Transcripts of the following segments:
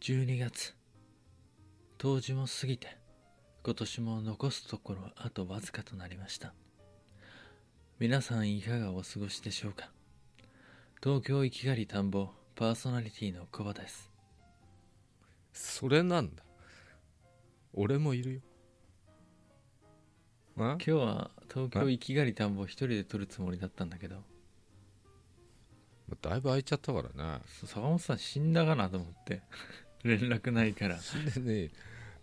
12月冬至も過ぎて今年も残すところあとわずかとなりました皆さんいかがお過ごしでしょうか東京いきがり田んぼパーソナリティのコバですそれなんだ俺もいるよあ今日は東京いきがり田んぼ一人で撮るつもりだったんだけどだいぶ空いちゃったからねそ坂本さん死んだかなと思って 連絡ないから死んでね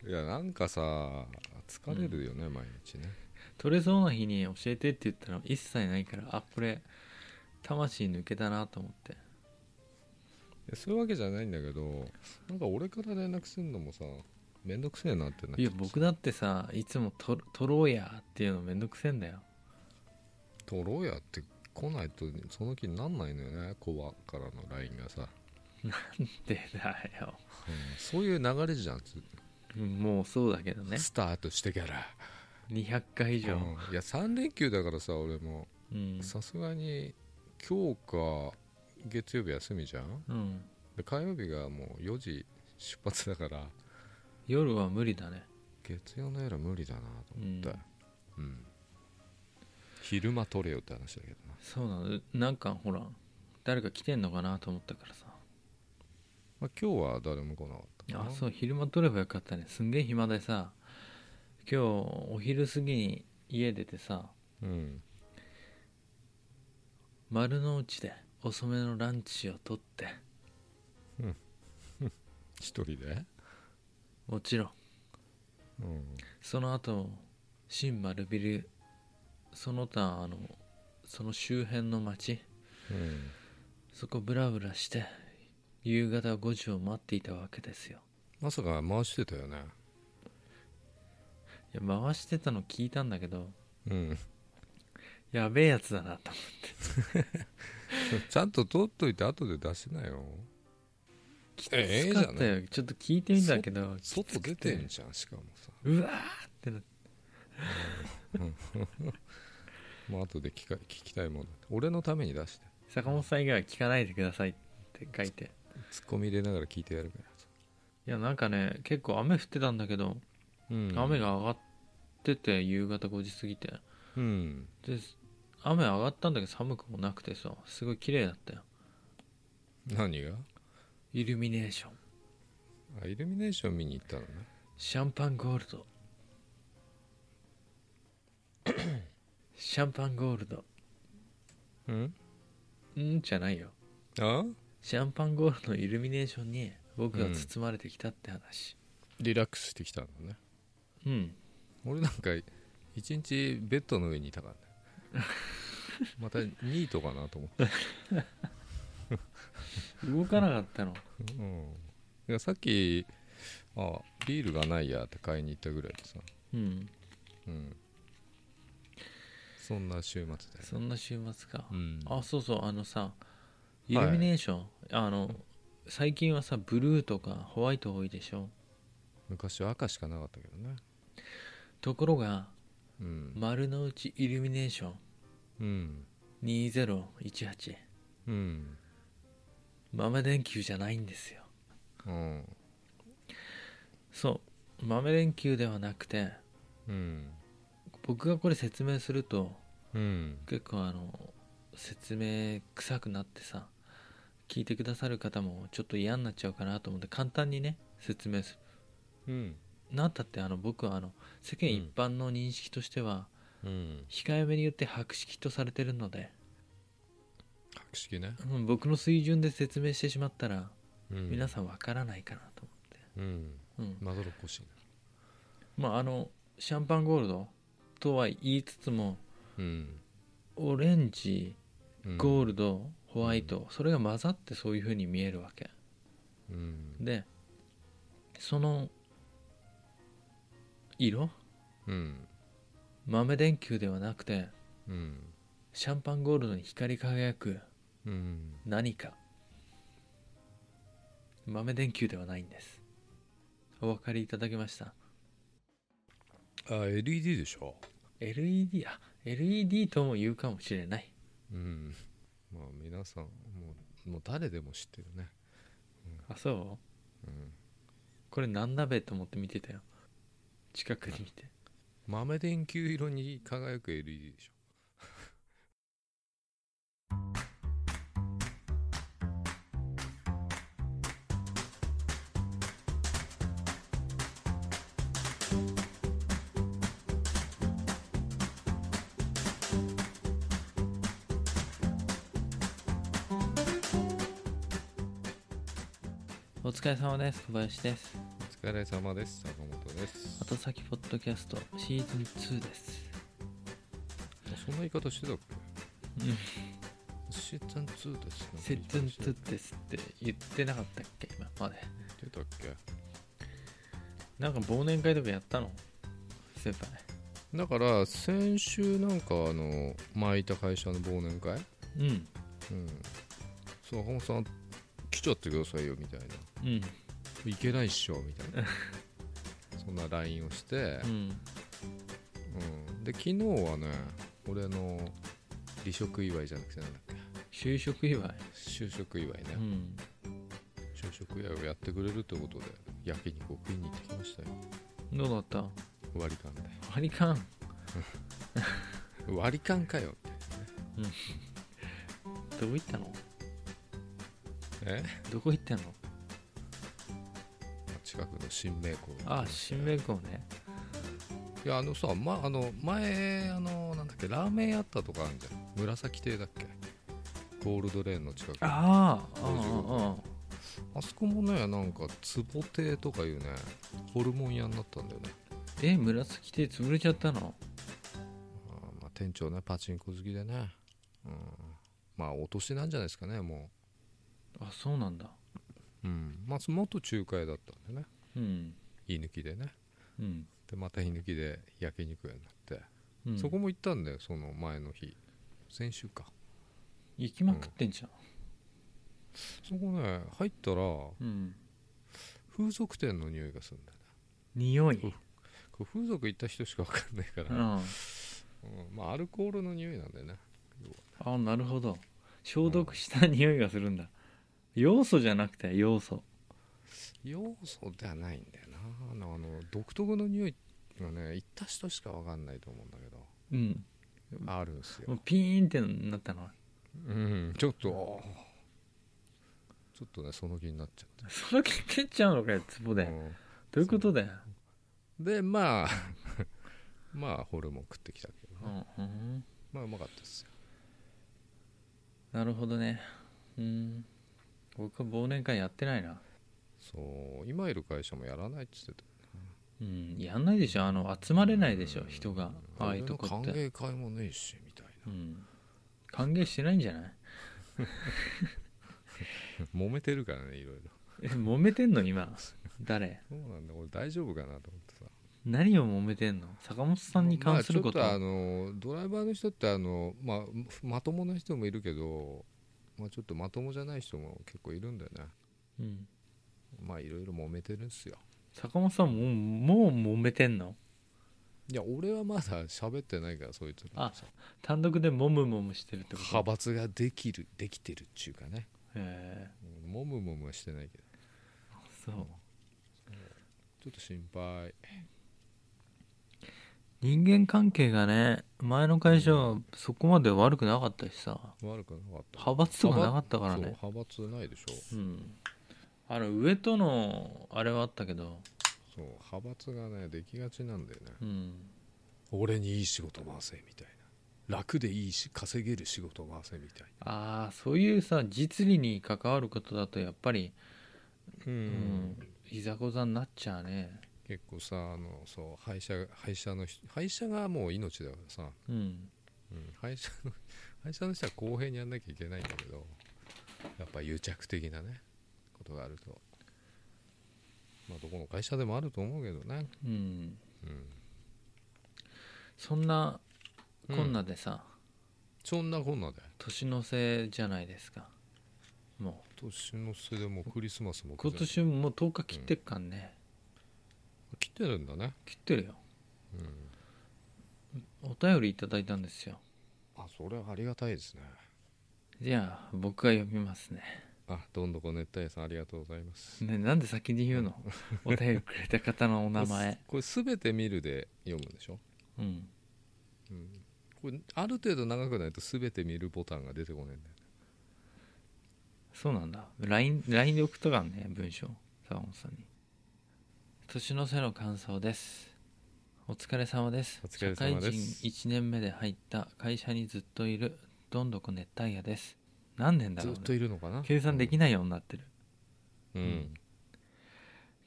えいやなんかさ疲れるよね、毎日ね撮れそうな日に教えてって言ったら一切ないからあこれ魂抜けたなと思っていやそういうわけじゃないんだけどなんか俺から連絡するのもさめんどくせえなってなっいちやゃう僕だってさいつも撮「撮ろうや」っていうのめんどくせえんだよ 取ろうやって来ないとその気になんないのよねコバからの LINE がさ、でだようんそういう流れじゃん、つもうそうだけどねスタートしてから200回以上うんいや3連休だからさ俺もうんさすがに今日か月曜日休みじゃんうんで火曜日がもう4時出発だから夜は無理だね月曜の夜は無理だなと思ってうんうん、昼間取れよって話だけどなそうなのなんかほら誰か来てんのかなと思ったからさまあ、今日は誰も来なかったかなあそう昼間撮ればよかったねすんげえ暇でさ今日お昼過ぎに家出てさうん丸の内で遅めのランチをとって一人でもちろんうんその後新丸ビルその他あのその周辺の町うんそこブラブラして夕方5時を待っていたわけですよまさか回してたよねいや回してたの聞いたんだけどうん、 やべえやつだなと思ってちゃんと取っといて後で出しなよきええつかったじゃよ、ちょっと聞いてみたけど外き出つくてんじゃんしかもさうわーってなってもう後で聞か聞きたいもんだ俺のために出して坂本さん以外は聞かないでくださいって書いてツッコミ入れながら聞いてやるからいさ、やなんかね結構雨降ってたんだけど、うん雨が上がってて夕方5時過ぎてうんで雨上がったんだけど寒くもなくてさすごい綺麗だったよ何がイルミネーションあイルミネーション見に行ったのねシャンパンゴールド シャンパンゴールドうんうんじゃないよあシャンパンゴールドのイルミネーションに僕が包まれてきたって話リラックスしてきたのねうん、俺なんか一日ベッドの上にいたからね またニートかなと思って、動かなかったのうん、いやさっきあビールがないやって買いに行ったぐらいでさ、うんうん、そんな週末でそんな週末か、うんあそうそうあのさイルミネーション、あの最近はさブルーとかホワイト多いでしょ昔は赤しかなかったけどねところがうん丸の内イルミネーションうん2018うん豆電球じゃないんですようんそう豆電球ではなくてうん僕がこれ説明するとうん結構あの説明臭くなってさ聞いてくださる方もちょっと嫌になっちゃうかなと思って簡単にね説明すうんるなんたってあの僕はあの世間一般の認識としては、うん控えめに言って白色とされてるので、白色ねうん僕の水準で説明してしまったら、うん皆さんわからないかなとうん思って、うんまどろっこしいねまああのシャンパンゴールドとは言いつつもうんオレンジうんゴールド、ホワイト、それが混ざってそういう風に見えるわけうんでその色うん豆電球ではなくてうんシャンパンゴールドに光り輝くうん何か豆電球ではないんですお分かりいただけましたあ LED でしょ LED あ LED とも言うかもしれないうんまあ皆さんもうもう誰でも知ってるねあそうんこれなんだべと思って見てたよ近くに見て豆電球色に輝く LED でしょお疲れ様です小林ですお疲れ様です坂本です後先ポッドキャストシーズン2ですあそんな言い方してたっうんけシーズン2です「セッツント言っゥです」って言ってなかったっけ今までてたっけなんか忘年会とかやったの先輩だから先週なんかあの前いた会社の忘年会うんうんそう本さん来ちゃってくださいよみたいなうんいけないっしょみ たいなそんな LINE をして、うんうん、で昨日はね俺の離職祝いじゃなくてなんだっけ就職祝い就職祝いね、うん就職祝いをやってくれるってことで焼肉を食いに行ってきましたよどうだった割り勘で割り勘割り勘かよどこ行ったのえどこ行ったの近くの新名校あ新名校ねいやあのさ、ま、あの前あのなんだっけラーメン屋あったとかあるじゃん紫亭だっけゴールドレーンの近くああああ55あそこもねなんか壺亭とかいうねホルモン屋になったんだよねえ紫亭潰れちゃったのあーまあ、店長ねパチンコ好きでね、うん、まあお年なんじゃないですかねもあそうなんだう、うん、まあそ元仲介だったんでねうん居抜きでねうん、でまた居抜きで焼肉屋になって、うん、そこも行ったんだよその前の日先週か行きまくってんじゃんそこね入ったらうん風俗店の匂いがするんだよね匂いうんこれ風俗行った人しか分かんないかうら、んうんまあアルコールの匂いなんだよねあなるほど消毒した匂いがするんだ、要素じゃなくて要素要素ではないんだよなあのあの独特の匂いがね行った人しか分かんないと思うんだけどうんあるんですよもうピーンってなったのうんちょっとちょっとねその気になっちゃっその気蹴っちゃうのかよツボて、で、どういうことだよ、うんでまあ まあホルモン食ってきたけどうね、んうん、まあうまかったですよなるほどねうん僕は忘年会やってないなそう今いる会社もやらないって言ってうんやんないでしょあの集まれないでしょうん人がたああいうと俺このっ歓て迎会もねえしみたいうん歓迎してないんじゃないな揉めてるからねいろいろえ揉めてんの今誰そうなんだ俺大丈夫かなと思ってさ何を揉めてんの坂本さんに関すること,、まあ、ちょっとあのドライバーの人ってあの、まあ、まともな人もいるけど、まあ、ちょっとまともじゃない人も結構いるんだよねうん、まあいろいろ揉めてるんすよ坂本さんもうもう揉めてんのいや俺はまだ喋ってないからそいつらあ単独でもむもむしてるってこと派閥ができるできてるっちゅうかねへえうんもむもむはしてないけどそうちょっと心配人間関係がね前の会社はそこまで悪くなかったしさ悪くなかった派閥とかなかったからねそう派閥ないでしょうんあの上とのあれはあったけどそう派閥がねできがちなんだよねうん俺にいい仕事回せみたいな楽でいいし稼げる仕事回せみたいああそういうさ実利に関わることだとやっぱりなうんうんいざこざになっちゃうね結構さあのそう廃車廃車の人廃車がもう命だからさ、うんうん、廃車の 廃車の人は公平にやんなきゃいけないんだけどやっぱ癒着的なねことがあるとまあどこの会社でもあると思うけどねうんうんそんなうんこんなでさ、そんなこんなで年の瀬じゃないですかも年の瀬でもうクリスマスもう今年ももう10日切ってっかんね、来てるんだね切ってるようんお便りいただいたんですよあそれはありがたいですねじゃあ僕が読みますねあどんどこ熱帯夜さんありがとうございますね、なんで先に言うのお便りくれた方のお名 前これすべて見るで読むんでしょ、うんうん、これある程度長くないとすべて見るボタンが出てこないんだよねそうなんだ LINE, LINE で送ったからね文章沢本さんに年の瀬の感想ですお疲れ様ですお疲れ様です社会人1年目で入った会社にずっといるどんどこ熱帯夜です何年だずろう、っね、といるのかな計算できないようになってるうん、うん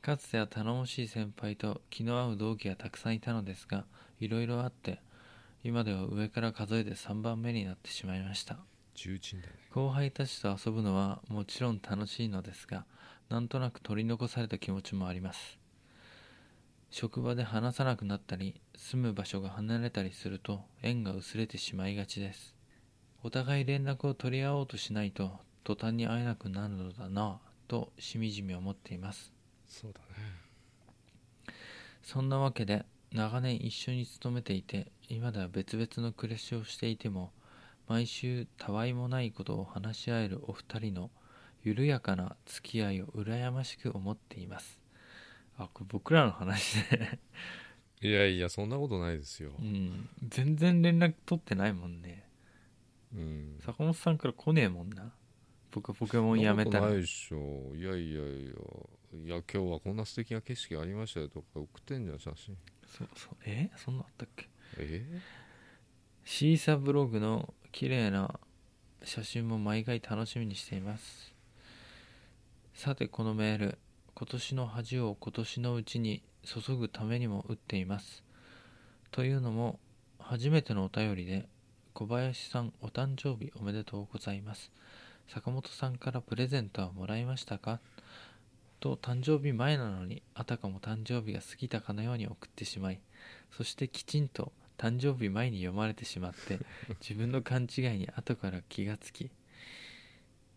かつては頼もしい先輩と気の合う同期がたくさんいたのですがいろいろあって今では上から数えて3番目になってしまいました重鎮だね後輩たちと遊ぶのはもちろん楽しいのですがなんとなく取り残された気持ちもあります職場で話さなくなったり住む場所が離れたりすると縁が薄れてしまいがちですお互い連絡を取り合おうとしないと途端に会えなくなるのだなぁとしみじみ思っていますそうだねそんなわけで長年一緒に勤めていて今では別々の暮らしをしていても毎週たわいもないことを話し合えるお二人の緩やかな付き合いを羨ましく思っていますあこれ僕らの話で いやいやそんなことないですようん全然連絡取ってないもんねうん坂本さんから来ねえもんな僕はポケモンやめたそんならことないでしょいやいやいやいや今日はこんな素敵な景色ありましたよとか送ってんじゃん写真そうそうえそんなのあったっけえシーサブログの綺麗な写真も毎回楽しみにしていますさてこのメール今年の恥を今年のうちに注ぐためにも打っていますというのも初めてのお便りで小林さんお誕生日おめでとうございます坂本さんからプレゼントはもらいましたかと誕生日前なのにあたかも誕生日が過ぎたかのように送ってしまいそしてきちんと誕生日前に読まれてしまって自分の勘違いに後から気がつき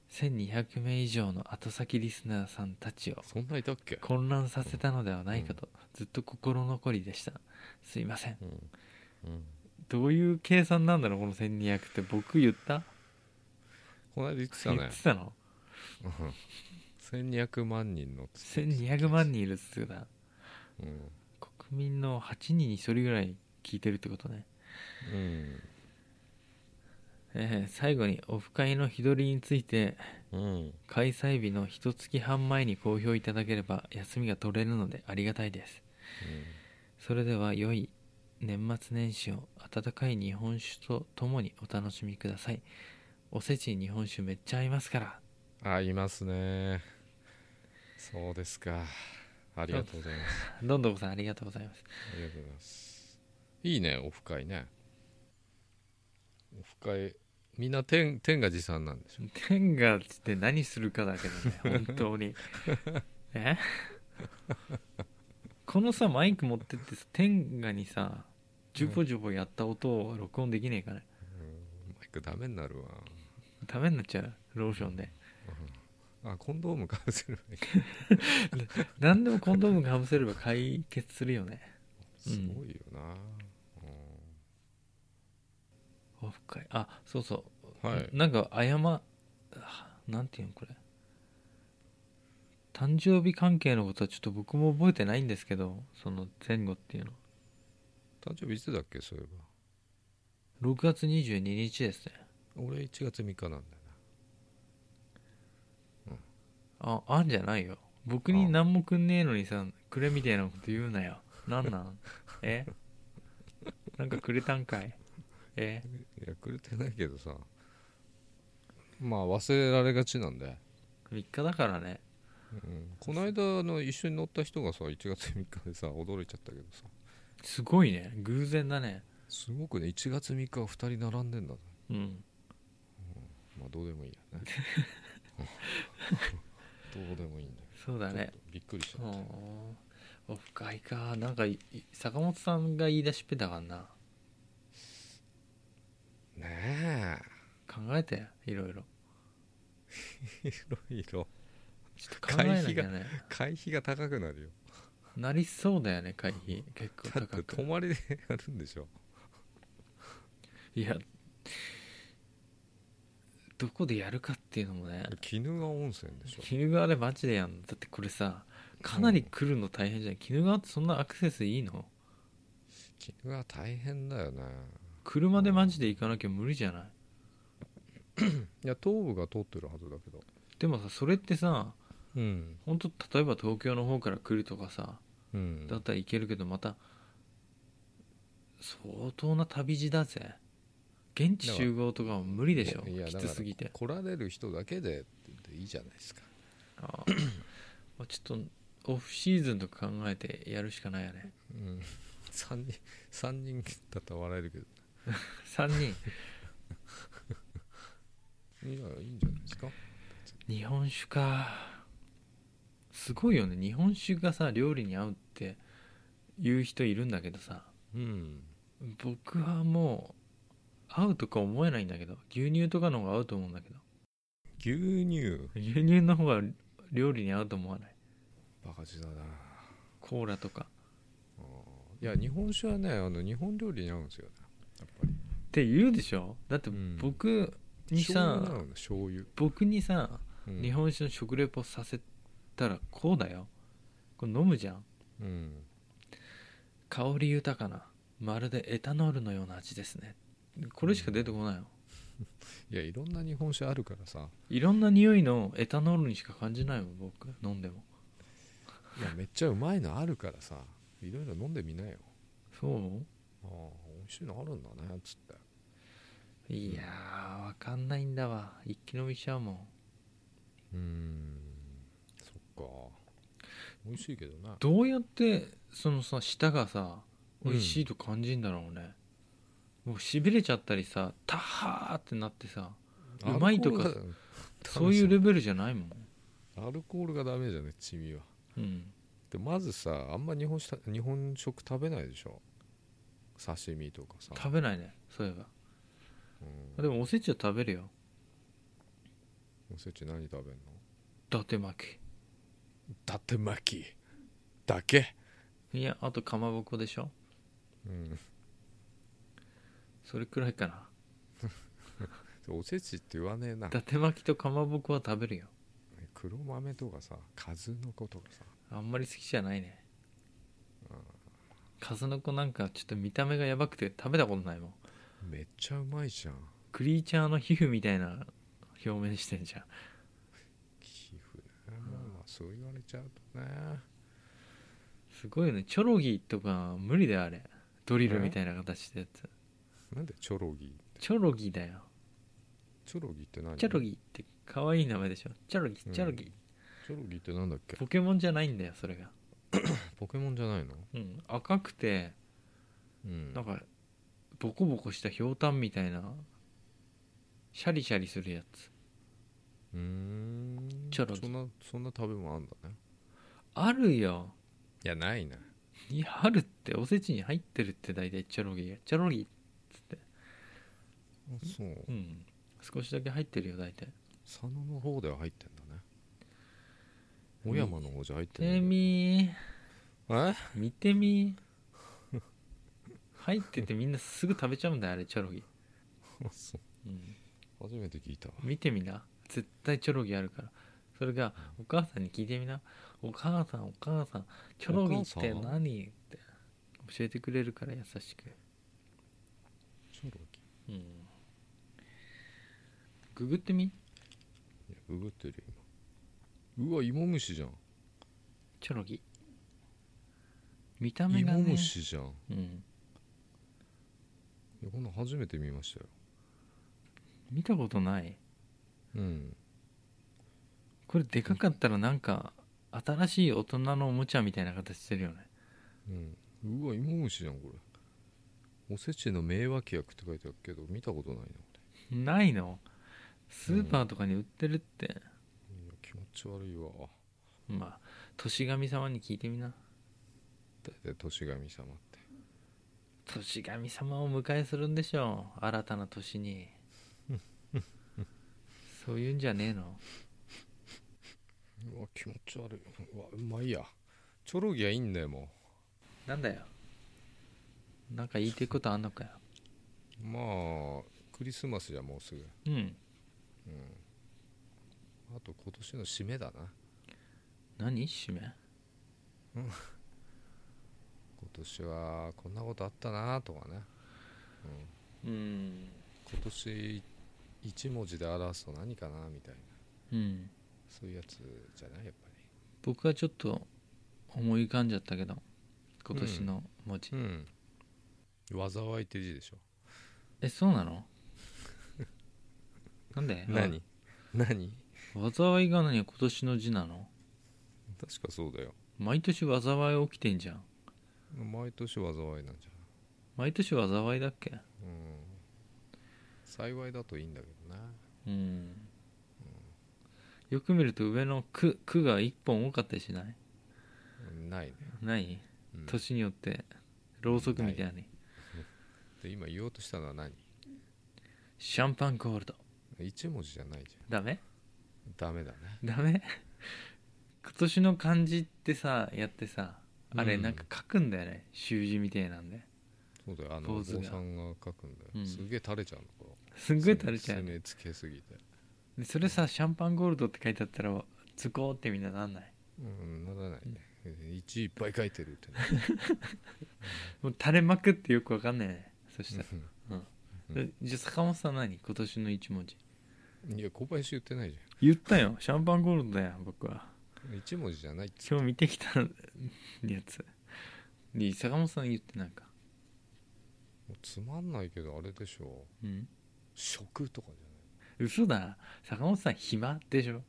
1200名以上の後先リスナーさんたちをそんないたっけ、混乱させたのではないかとずっと心残りでしたすいませんうんうん、どういう計算なんだろうこの1200って僕言ったこの間言ってた言 ねってたのうん1200万人のつって1200万人いるっつうだうん国民の8人に1人ぐらい聞いてるってことねうんえー最後にオフ会の日取りについてうん開催日の一月半前に公表いただければ休みが取れるのでありがたいですそれでは良い年末年始を温かい日本酒とともにお楽しみくださいおせちに日本酒めっちゃ合いますからあいますねそうですかありがとうございますどんどんさんありがとうございますありがとうございますいいねオフ会ねオフ会みんな天天が持参なんでしょ天下って何するかだけどね本当にえこのさマイク持ってってさ天下にさジュポジュポやった音を録音できねえかねマイクダメになるわダメになっちゃうローションであコンドームかぶせればいい何でもコンドームかぶせれば解決するよねうんすごいよな、オフ会あそうそう、うんはいなんか謝あなんていうのこれ誕生日関係のことはちょっと僕も覚えてないんですけどその前後っていうの誕生日いつだっけそういえ6月22日ですねば俺1月3日なんだよああんじゃないよ僕に何もくんねえのにさくれみたいなこと言うなよなんなんえなんかくれたんかいえないやくれてないけどさまあ忘れられがちなんで、 3日だからねうん、この間の一緒に乗った人がさ1月3日でさ驚いちゃったけどさすごいね偶然だねすごくね1月3日は2人並んでんだねうんまあどうでもいいやねどうでもいいんだよそうだねちょっとびっくりしちゃった、うんオフ会かなんかいい坂本さんが言い出しっぺだからなね考えていろいろえいろいろちょっと考えなきゃね会費が高くなるよなりそうだよね会費結構だって高泊くまりでやるんでしょいやどこでやるかっていうのもね鬼怒川温泉でしょ鬼怒川でマジでやんのだってこれさかなり来るの大変じゃない鬼怒川ってそんなアクセスいいの鬼怒川大変だよね車でマジで行かなきゃ無理じゃないいや東部が通ってるはずだけどでもさそれってさうん本当例えば東京の方から来るとかさうんだったら行けるけどまた相当な旅路だぜ現地集合とかも無理でしょいやきだかつらすぎて来られる人だけでって言っていいじゃないですかあーまあちょっとオフシーズンとか考えてやるしかないよねうん3人三人だったら笑えるけど3 人いやいいんじゃないですか日本酒かすごいよね日本酒がさ料理に合うって言う人いるんだけどさうん僕はもう合うとか思えないんだけど牛乳とかの方が合うと思うんだけど牛乳牛乳の方が料理に合うと思わないバカ字だなコーラとかあーいや日本酒はねあの日本料理に合うんですよねやっぱりって言うでしょだってうん僕に醤さ、油なのね醤油、僕にさ、うん日本酒の食レポさせたらこうだよこれ飲むじゃんうん香り豊かなまるでエタノールのような味ですねこれしか出てこないの、いやいろんな日本酒あるからさいろんな匂いのエタノールにしか感じないもん僕飲んでもいやめっちゃうまいのあるからさいろいろ飲んでみなよそうああ美味しいのあるんだねつっていやーわかんないんだわ一気飲みしちゃうもんうーんそっか美味しいけどなどうやってそのさ舌がさ美味しいと感じんだろうね、もうしびれちゃったりさタハーってなってさうまいとかアルコールがそういうレベルじゃないもんアルコールがダメじゃねチミはうんでまずさあんま日本した日本食食べないでしょ刺身とかさ、食べないねそういえばうん、でもおせちは食べるよおせち何食べんの伊達巻だて巻きだけきいやあとかまぼこでしょうんそれくらいかなおせちって言わねえな伊達巻きとかまぼこは食べるよ黒豆とかさ数の子とかさあんまり好きじゃないね数の子なんかちょっと見た目がやばくて食べたことないもんめっちゃうまいじゃんクリーチャーの皮膚みたいな表面してんじゃん皮膚ねまあまあそう言われちゃうとねすごいよねチョロギとか無理だよあれドリルみたいな形でやつなんでチョロギチョロギだよチョロギって何チョロギって可愛い名前でしょチョロギチョロギ、チョロギってなんだっけポケモンじゃないんだよそれがポケモンじゃないのうん赤くてうんなんかボコボコしたひょうたんみたいなシャリシャリするやつうーんチョロギそんなそんな食べ物あんだねあるよいやないないやあるっておせちに入ってるって大体チョロギがチョロギっつってそううん少しだけ入ってるよ大体佐野の方では入ってんだね小山の方じゃ入っててんだみーえ 見てみ入っててみんなすぐ食べちゃうんだよあれチョロギ、そううん、初めて聞いたわ見てみな絶対チョロギあるからそれがお母さんに聞いてみなお母さんお母さんチョロギってお母さ何って教えてくれるから優しく、チョロギうん、ググってみいやググってるよ今うわ芋虫じゃんチョロギ見た目が芋ね、虫じゃんいうん、やこんなん初めて見ましたよ見たことないうんこれでかかったらなんか新しい大人のおもちゃみたいな形してるよねうん、うわ芋虫じゃんこれおせちの名脇役って書いてあるけど見たことないなこないのスーパーとかに売ってるって、れいや気持ち悪いわまあ年神様に聞いてみな大体年神様って年神様をお迎えするんでしょう新たな年 にそういうんじゃねえのうわ気持ち悪いうわうまいやチョロギはいいんだよもなんだよなんか言いてることあんのかようまあクリスマスじゃもうすぐうんうんあと今年の締めだな何締め今年はこんなことあったなとかね、ううん、ん今年一文字で表すと何かなみたいなうんそういうやつじゃないやっぱ僕はちょっと思い浮かんじゃったけど今年の文字、りうん災いって字でしょえそうなのなんで何何あ災いが何今年の字なの確かそうだよ毎年災い起きてんじゃん毎年災いなんじゃない毎年災いだっけうん幸いだといいんだけどなうんよく見ると上の区「く」が1本多かったりしないないね、ないうん年によってろうそくみたいにで今言おうとしたのは何シャンパンコールド一文字じゃないじゃんダメダメだねダメ 今年の漢字ってさやってさあれうんなんか書くんだよね、習字みたいなんでそうだよあのポおー坊ズがさんが書くんだよ、うんすげえ垂れちゃうのこすんれごい垂れちゃう攻ねめつけすぎてでそれさシャンパンゴールドって書いてあったらズコーってみんななんないうんならないね1いっぱい書いてるってね もう垂れまくってよくわかんないねそしたら、うんでじゃあ坂本さん何今年の一文字いや小林言ってないじ言ったよシャンパンゴールドだよ僕はゃん1文字じゃないっつ今日見てきたやつで坂本さん言ってなんかもうつまんないけどあれでしょうん食とかじ嘘だ坂本さん暇でしょゃない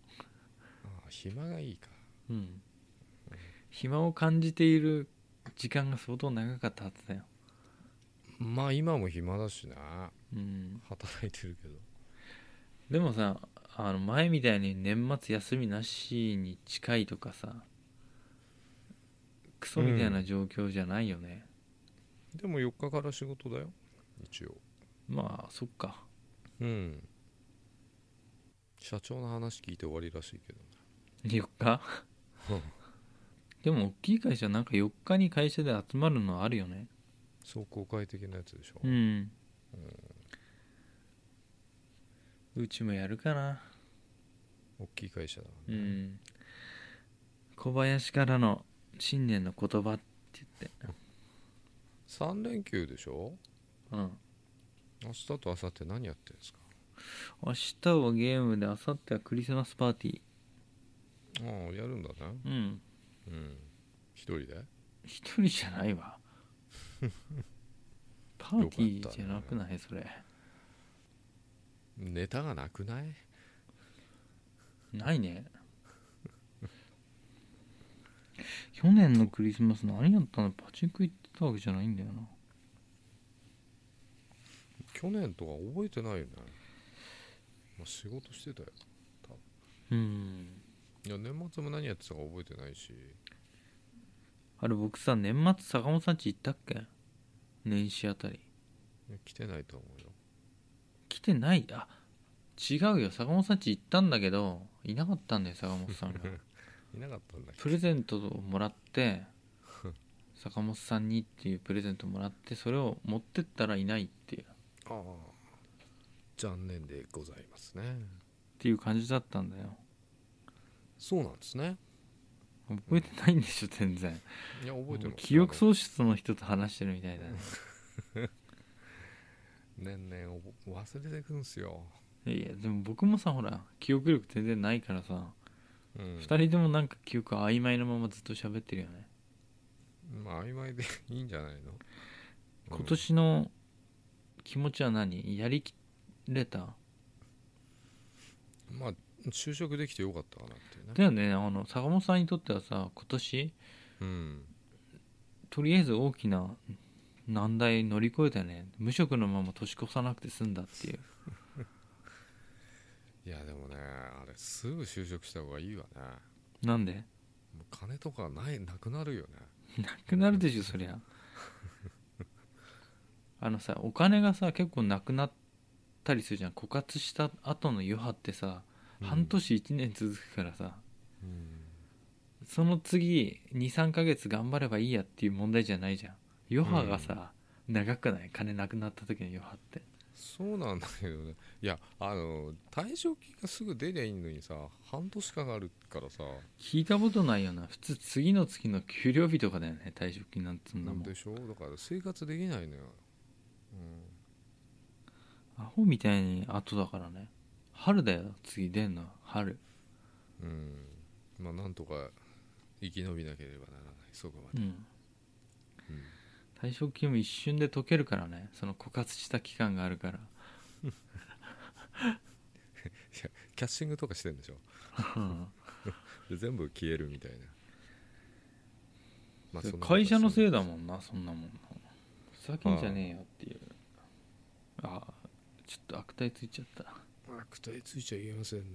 ああ暇がいいかうん暇を感じている時間が相当長かったはずだよまあ今も暇だしなうん働いてるけどでもさあの前みたいに年末休みなしに近いとかさクソみたいな状況じゃないよね、でも4日から仕事だよ一応まあそっかうん社長の話聞いて終わりらしいけど4日でも大きい会社なんか4日に会社で集まるのあるよね壮行会的なやつでしょ、うんうちもやるかな大きい会社だかうらねん小林からの新年の言葉って言って3連休でしょうん明日と明後日何やってるんですか明日はゲームで明後日はクリスマスパーティーああやるんだねうんうん一人で一人じゃないわ パーティーじゃなくない、それネタがなくないないね去年のクリスマス何やったのパチンコ行ってたわけじゃないんだよな去年とか覚えてないよね、まあ、仕事してたようんいや年末も何やってたか覚えてないしあれ僕さ年末坂本さんち行ったっけ年始あたり来てないと思うよ来てないあ違うよ坂本さんち行ったんだけどいなかったんだよ坂本さん がいなかったんだっけプレゼントをもらって坂本さんにっていうプレゼントもらってそれを持ってったらいないっていうっああ残念でございますねていう感じだったんだよそうなんですね覚えてないんでしょ全然いや覚えてもるう記憶喪失の人と話してるみたいだね年々おぼ忘れてくんすよ、いやでも僕もさほら記憶力全然ないからさ、うん二、人ともなんか記憶曖昧なままずっと喋ってるよねまあ曖昧でいいんじゃないの今年の気持ちは何やりきれたうんまあ就職できてよかったかなっていうねだよねあの坂本さんにとってはさ今年うんとりあえず大きな難題乗り越えたよね無職のまま年越さなくて済んだっていういやでもねあれすぐ就職した方がいいわねなんでもう金とかないなくなるよねなくなるでしょそりゃあのさお金がさ結構なくなったりするじゃん枯渇した後の余波ってさ、半、年1年続くからさうんその次23ヶ月頑張ればいいやっていう問題じゃないじゃん余波がさ、長くない金なくなった時の余波ってそうなんだけどねいやあの退職金がすぐ出りゃいいのにさ半年間あるからさ聞いたことないよな普通次の月の給料日とかだよね退職金なんつうんだもんでしょだから生活できないのよ、うん、アホみたいに後だからね春だよ次出んの春うんまあなんとか生き延びなければならないそこまうで、んうん退職金も一瞬で解けるからねその枯渇した期間があるからキャッシングとかしてんでしょで全部消えるみたいな、まあそんなことは会社のせいだんもんなそんなもんなふざけんじゃねえよっていうあちょっと悪態ついちゃった悪態ついちゃいけませんね、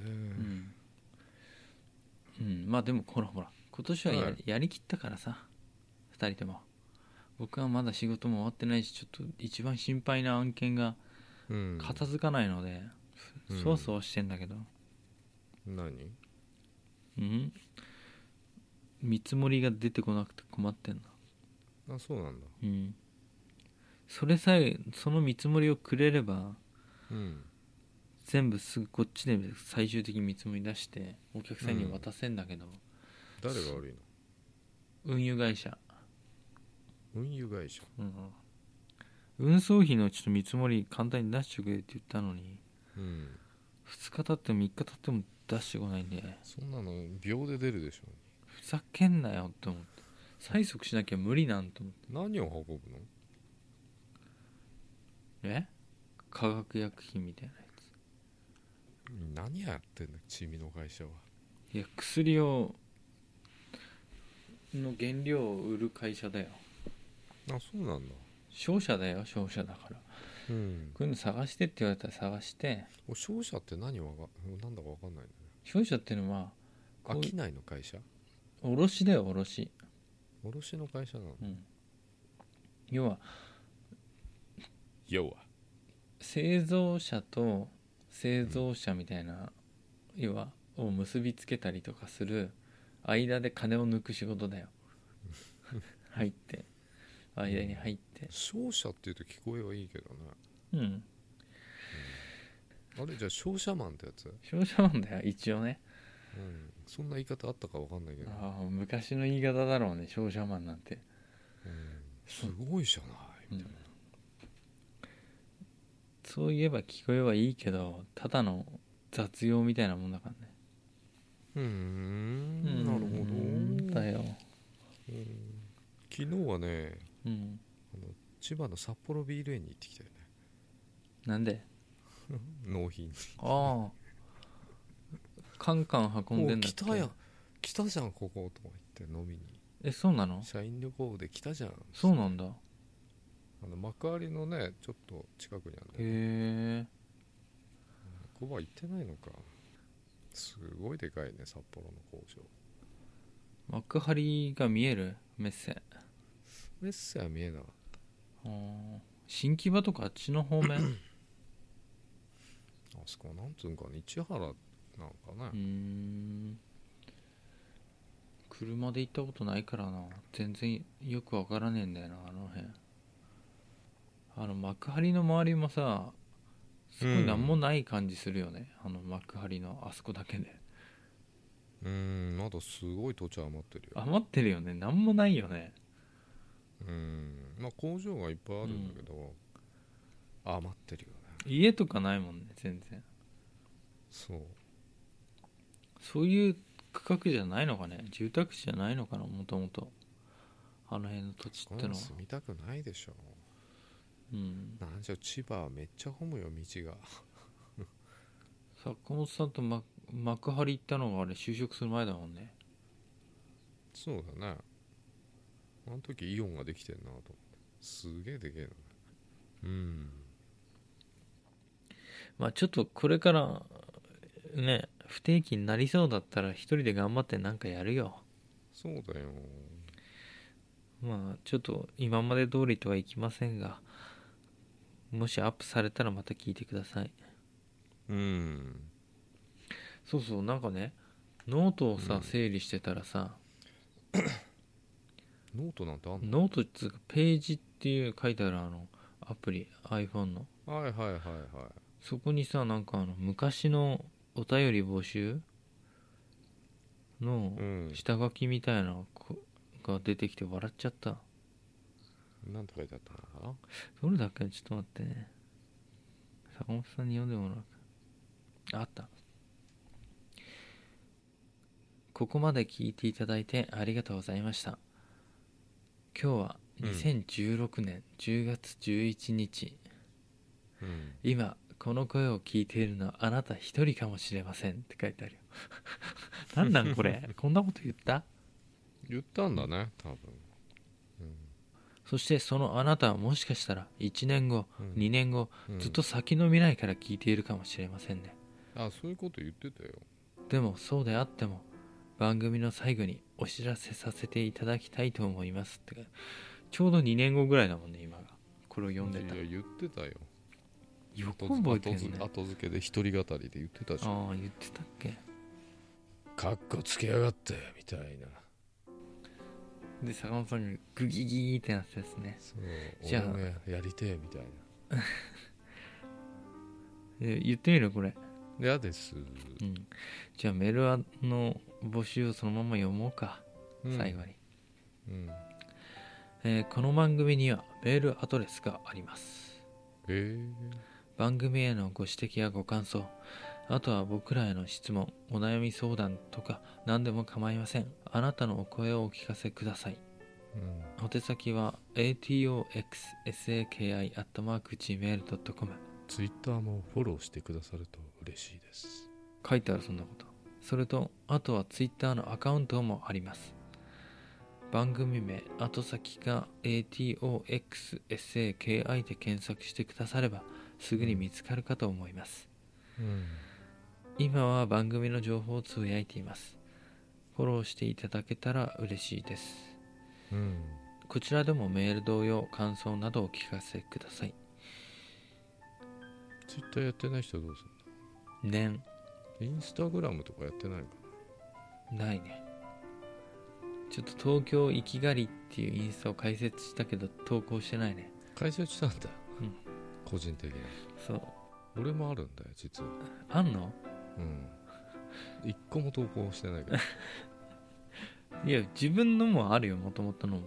うん、うん、まあでもほらほら今年はや,、はいやりきったからさ2人とも僕はまだ仕事も終わってないしちょっと一番心配な案件がうん片付かないので、うんそわそわしてんだけど、何うん、見積もりが出てこなくて困ってんのあそうなんだうんそれさえその見積もりをくれればうん全部すぐこっちで最終的に見積もり出してお客さんに渡せんだけど、誰が悪いの運輸会社、運輸会社うん、運送費のちょっと見積もり簡単に出してくれって言ったのにうん2日経っても3日経っても出してこないんでそんなの秒で出るでしょふざけんなよって思って催促しなきゃ無理なんて思って何を運ぶのえ化学薬品みたいなやつ何やってんのチミの会社はいや薬をの原料を売る会社だよあそうなんだ商社だよ商社だからうんこういうの探してって言われたら探してお商社って何わかなんだかわかんないね商社っていうのはこうい商いの会社卸だよ卸、卸の会社なのうん、要は要は製造者と製造者みたいな、要はを結びつけたりとかする間で金を抜く仕事だよ入って間に入って商社っていうと聞こえはいいけどねうんあれじゃあ商社マンってやつ商社なんだよ一応ねうんそんな言い方あったかわかんないけど、ああ昔の言い方だろうね商社マンなんて、うん、すごいじゃないみたいな、そう言えば聞こえはいいけどただの雑用みたいなもんだからねうーんなるほうどんだようん昨日はねうん千葉の札幌ビール園に行ってきたよねなんで納品ああカンカン運んでんだっ来けたやん来たじゃんこことか言って飲みにえそうなの社員旅行で来たじゃんそうなんだへあの幕張のねちょっと近くにあるんだよえコバ行ってないのかすごいでかいね札幌の工場幕張が見えるメッセメッセは見えなかっあー新木場とかあっちの方面たあそこはなんつうんかね市原なのかうーねん車で行ったことないからな全然よくわからねえんだよなあの辺あの幕張の周りもさすごい何もない感じするよね、あの幕張のあそこだけでうーんまだすごい土地余ってるよ余ってるよね何もないよねうーんまあ工場がいっぱいあるんだけど、余ってるよね家とかないもんね全然そうそういう区画じゃないのかね住宅地じゃないのかなもともとあの辺の土地こっんてなののは住みたくないでしょうんなんじゃ千葉はめっちゃ混むよ道が坂本さんと幕幕張行ったのがあれ就職する前だもんねそうだねあの時イオンができてんなと思ってすげえでけえなうんまあちょっとこれからね不定期になりそうだったら一人で頑張ってなんかやるよそうだよまあちょっと今まで通りとはいきませんがもしアップされたらまた聞いてくださいうんそうそうなんかねノートをさ、うん整理してたらさノートなんてあんのノートっつうかページっていう書いてあるあのアプリ iPhone のはいはいはいはいそこにさなんかあの昔のお便り募集のうん下書きみたいなのこが出てきて笑っちゃったなんと書いてあったのかどなれだっけちょっと待ってね坂本さんに読んでもらうかあったここまで聞いていただいてありがとうございました今日はうん2016年10月11日、うん今この声を聞いているのはあなた一人かもしれませんって書い てあるよなんなんこれこんなこと言った言ったんだね多分そしてそのあなたはもしかしたら1年後うん2年後うんずっと先の未来から聞いているかもしれませんねあそういうこと言ってたよでもそうであっても番組の最後にお知らせさせていただきたいと思いますってかちょうど2年後ぐらいだもんね今がこれを読んでたいや言ってたよよく後付覚えてる後ね付後付けで一人語りで言ってたじゃんああ言ってたっけかっこつけやがってみたいなで坂本さんがグギギギってなったですねそうじゃあ俺もややりてえみたいなで言ってみるこれ嫌です、うんじゃあメールはの募集をそのまま読もうかうん最後に、うんえーこの番組にはメールアドレスがありますえー番組へのご指摘やご感想あとは僕らへの質問お悩み相談とか何でも構いませんあなたのお声をお聞かせくださいうんお手先は atoxsaki.gmail.com ツイッターもフォローしてくださると嬉しいです書いてあるそんなことそれとあとはツイッターのアカウントもあります番組名後先が ATOXSAKI で検索してくださればすぐに見つかるかと思いますうん今は番組の情報をつぶやいていますフォローしていただけたら嬉しいですうんこちらでもメール同様感想などをお聞かせくださいツイッターやってない人はどうす年るのインスタグラムとかやってないのかないねちょっと東京生きがりっていうインスタを開設したけど投稿してないね解説したんだ、うん個人的にそう俺もあるんだよ実はあんのうん一個も投稿してないけ どいや自分のもあるよもともとのも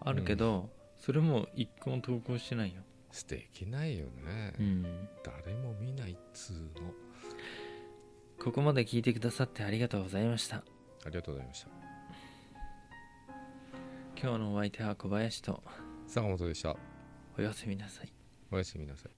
あるけど、それも一個も投稿してないよ素敵ないよね、うん誰も見ないっつうのここまで聞いてくださってありがとうございましたありがとうございました今日のお相手は小林と坂本でしたおやすみなさいおやすみなさい